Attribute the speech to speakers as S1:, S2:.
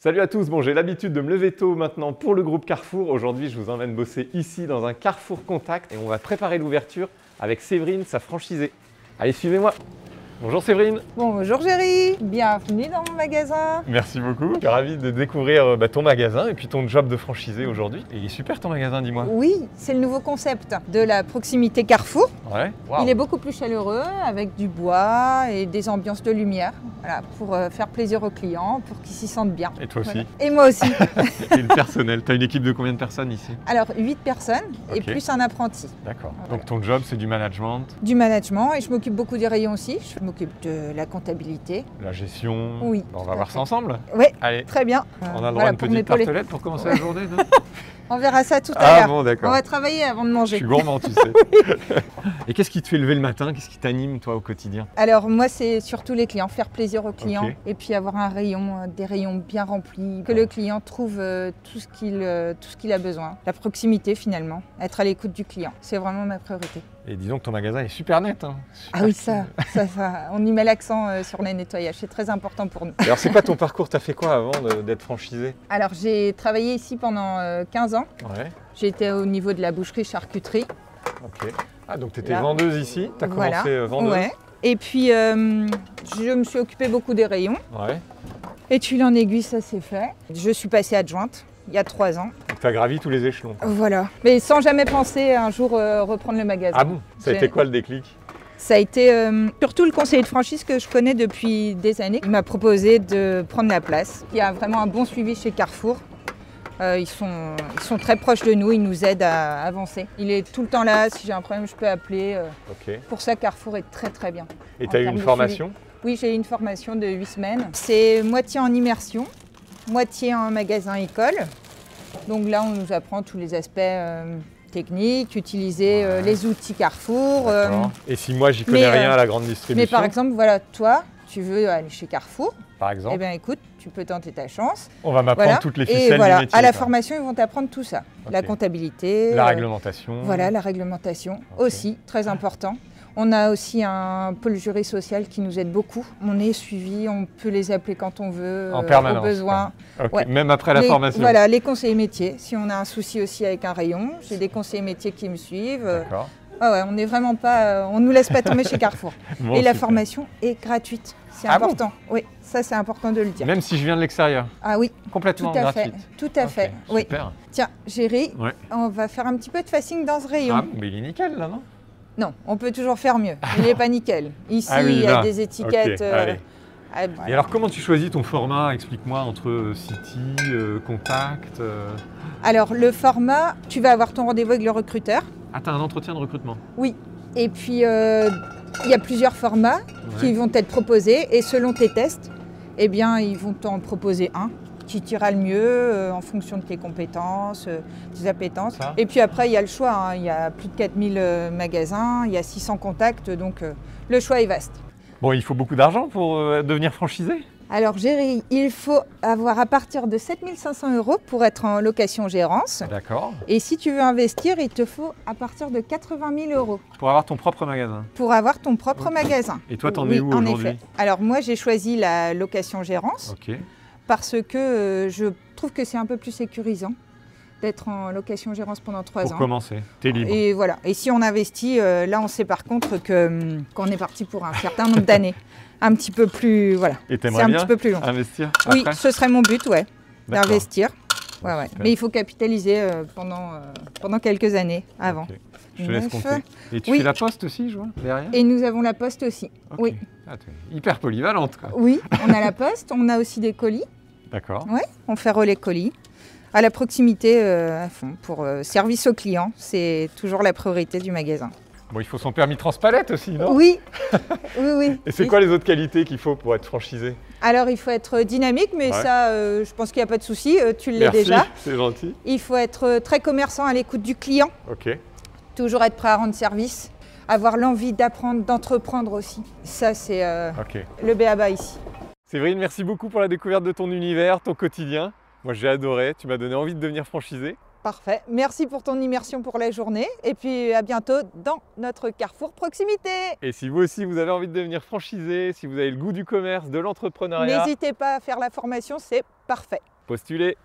S1: Salut à tous, bon j'ai l'habitude de me lever tôt maintenant pour le groupe Carrefour. Aujourd'hui je vous emmène bosser ici dans un Carrefour Contact et on va préparer l'ouverture avec Séverine, sa franchisée. Allez suivez-moi Bonjour Séverine
S2: Bonjour Géry, bienvenue dans mon magasin.
S1: Merci beaucoup, je suis ravi de découvrir euh, bah, ton magasin et puis ton job de franchisé aujourd'hui. Et il est super ton magasin dis-moi
S2: Oui, c'est le nouveau concept de la proximité Carrefour.
S1: Ouais Waouh.
S2: Il est beaucoup plus chaleureux avec du bois et des ambiances de lumière voilà, pour euh, faire plaisir aux clients, pour qu'ils s'y sentent bien.
S1: Et toi aussi
S2: Voilà. Et moi aussi.
S1: Et le personnel, t'as une équipe de combien de personnes ici
S2: Alors 8 personnes et
S1: Ok.
S2: plus un apprenti.
S1: D'accord.
S2: Voilà.
S1: Donc ton job c'est du management,
S2: Du management et je m'occupe beaucoup des rayons aussi. Je m'occupe de la comptabilité.
S1: la gestion.
S2: Oui,
S1: Bah, on
S2: tout
S1: va
S2: à
S1: voir
S2: fait.
S1: ça ensemble
S2: Oui,
S1: Allez
S2: très bien.
S1: on a le droit
S2: Voilà,
S1: à une
S2: pour
S1: petite
S2: m'épauler.
S1: tartelette pour commencer la journée, non
S2: On verra ça tout à
S1: Ah
S2: l'heure.
S1: bon,
S2: On
S1: d'accord.
S2: va travailler avant de
S1: Je
S2: manger.
S1: suis gourmand, tu sais. Et qu'est-ce qui te fait lever le matin Qu'est-ce qui t'anime, toi, au quotidien
S2: Alors moi c'est surtout les clients, faire plaisir aux clients
S1: Ok.
S2: et puis avoir un rayon, euh, des rayons bien remplis, que
S1: Ouais.
S2: le client trouve euh, tout ce qu'il euh, tout ce qu'il a besoin. La proximité finalement, être à l'écoute du client, c'est vraiment ma priorité.
S1: Et disons que ton magasin est super net. hein.
S2: Ah
S1: Super
S2: oui
S1: clean.
S2: ça, ça, ça, on y met l'accent euh, sur les nettoyages, c'est très important pour nous.
S1: Alors, c'est quoi ton parcours T'as fait quoi avant de- d'être franchisé
S2: Alors j'ai travaillé ici pendant euh, 15 ans.
S1: Ouais,
S2: J'étais au niveau de la boucherie-charcuterie.
S1: ok. Ah, donc t'étais
S2: Là.
S1: vendeuse ici T'as
S2: Voilà.
S1: commencé euh, vendeuse
S2: Ouais. Et puis euh, je me suis occupée beaucoup des rayons.
S1: Ouais.
S2: Et tu en aiguille, ça s'est fait. Je suis passée adjointe il y a trois ans.
S1: Donc, t'as gravi tous les échelons. quoi.
S2: Voilà. Mais sans jamais penser à un jour euh, reprendre le magasin.
S1: Ah bon Ça a
S2: J'ai-
S1: été quoi le déclic
S2: Ça a été euh, surtout le conseiller de franchise que je connais depuis des années. Il m'a proposé de prendre la place. Il y a vraiment un bon suivi chez Carrefour. Euh, ils, sont, ils sont très proches de nous, ils nous aident à avancer. Il est tout le temps là, si j'ai un problème, je peux appeler. euh.
S1: Ok.
S2: Pour ça, Carrefour est très très bien.
S1: Et
S2: En
S1: t'as eu
S2: termes
S1: une
S2: de
S1: formation
S2: Oui, j'ai eu une formation de 8 semaines. C'est moitié en immersion, moitié en magasin école. Donc là, on nous apprend tous les aspects euh, techniques, utiliser euh,
S1: Ouais.
S2: les outils Carrefour. euh,
S1: D'accord. Et si moi, j'y connais
S2: mais,
S1: rien
S2: euh,
S1: à la grande
S2: mais
S1: distribution,
S2: par exemple, voilà, toi, tu veux aller chez Carrefour,
S1: par
S2: eh
S1: exemple,
S2: bien écoute, tu peux tenter ta chance.
S1: on va m'apprendre
S2: Eh ben, Voilà.
S1: toutes les ficelles
S2: Et voilà,
S1: du métier.
S2: à la
S1: quoi.
S2: formation, ils vont t'apprendre tout ça. La
S1: Ok.
S2: comptabilité.
S1: La
S2: euh,
S1: réglementation.
S2: Voilà, la réglementation
S1: Ah. Ok.
S2: aussi, très important. On a aussi un pôle jury social qui nous aide beaucoup. On est suivi, on peut les appeler quand on veut,
S1: En
S2: euh,
S1: permanence,
S2: au besoin.
S1: Ok,
S2: ouais.
S1: Même après la
S2: Les-
S1: formation.
S2: Voilà, les conseillers métiers. Si on a un souci aussi avec un rayon, j'ai des conseillers métiers qui me suivent. Euh,
S1: D'accord.
S2: ah ouais, on n'est vraiment pas, euh, on nous laisse pas tomber chez Carrefour.
S1: Bon,
S2: Et la
S1: super.
S2: formation est gratuite. C'est
S1: Ah bon
S2: important. oui, ça c'est important de le dire.
S1: Même si je viens de l'extérieur,
S2: Ah oui, tout
S1: complètement
S2: à
S1: gratuite.
S2: fait, tout à
S1: Ok,
S2: fait. Oui.
S1: Super.
S2: Tiens, Géry,
S1: Ouais.
S2: on va faire un petit peu de fasting dans ce rayon.
S1: Ah, mais il est nickel là, non
S2: Non, on peut toujours faire mieux. Il n'est pas nickel. Ici,
S1: Ah oui,
S2: il y a
S1: là.
S2: des
S1: Ok,
S2: étiquettes. euh,
S1: allez.
S2: ah, voilà.
S1: Et alors, comment tu choisis ton format Explique-moi entre euh, City, euh, Contact. euh,
S2: Alors, le format, tu vas avoir ton rendez-vous avec le recruteur.
S1: Ah, t'as un entretien de recrutement.
S2: Et puis, euh, il y a plusieurs formats qui
S1: Ouais.
S2: vont être proposés. Et selon tes tests, eh bien, ils vont t'en proposer un qui t'ira le mieux euh, en fonction de tes compétences, euh, tes appétences.
S1: Ça.
S2: Et puis après, il y a le choix. hein. Il y a plus de 4000 euh, magasins, il y a 600 contacts. Donc, euh, le choix est vaste.
S1: Bon, il faut beaucoup d'argent pour euh, devenir franchisé
S2: Alors, Géry, il faut avoir à partir de 7500 euros pour être en location-gérance.
S1: D'accord.
S2: Et si tu veux investir, il te faut à partir de 80 000 euros
S1: Pour avoir ton propre magasin.
S2: pour avoir ton propre
S1: Ok.
S2: magasin.
S1: Et toi, t'en
S2: Oui,
S1: es où
S2: en
S1: aujourd'hui
S2: effet. Alors, moi, j'ai choisi la location-gérance
S1: Ok.
S2: parce que euh, je trouve que c'est un peu plus sécurisant d'être en location-gérance pendant trois
S1: Pour
S2: ans.
S1: commencer, t'es libre.
S2: Et voilà. Et si on investit, euh, là, on sait par contre que, hum, qu'on est parti pour un certain nombre d'années. Un petit peu plus. Voilà.
S1: Et
S2: C'est
S1: t'aimerais
S2: un
S1: bien
S2: petit peu plus long.
S1: investir
S2: Oui,
S1: après
S2: ce serait mon but, ouais,
S1: D'accord.
S2: d'investir. Ouais, ouais.
S1: Super.
S2: Mais il faut capitaliser euh, pendant, euh, pendant quelques années avant.
S1: Ok. Je te laisse
S2: Neuf.
S1: compter. Et tu
S2: Oui.
S1: fais la poste aussi, je vois, derrière
S2: Et nous avons la poste aussi.
S1: Ok.
S2: oui.
S1: Ah, t'es hyper polyvalente, quoi.
S2: Oui, on a la poste, on a aussi des colis,
S1: D'accord.
S2: on fait relais colis. À la proximité, euh, à fond, pour euh, service aux clients, c'est toujours la priorité du magasin.
S1: Bon, il faut son permis transpalette aussi, non
S2: Oui, oui, oui.
S1: Oh. Et c'est quoi les autres qualités qu'il faut pour être franchisé
S2: Alors, il faut être dynamique, mais
S1: Ouais.
S2: ça, euh, je pense qu'il n'y a pas de souci, euh, tu l'es
S1: Merci,
S2: déjà.
S1: c'est gentil.
S2: Il faut être euh, très commerçant à l'écoute du client.
S1: Ok.
S2: toujours être prêt à rendre service, avoir l'envie d'apprendre, d'entreprendre aussi. Ça, c'est euh,
S1: Ok.
S2: le béaba ici.
S1: Séverine, merci beaucoup pour la découverte de ton univers, ton quotidien. Moi, j'ai adoré. Tu m'as donné envie de devenir franchisé.
S2: Parfait. Merci pour ton immersion pour la journée. Et puis à bientôt dans notre carrefour proximité.
S1: Et si vous aussi vous avez envie de devenir franchisé, si vous avez le goût du commerce, de l'entrepreneuriat,
S2: N'hésitez pas à faire la formation, c'est parfait.
S1: postulez.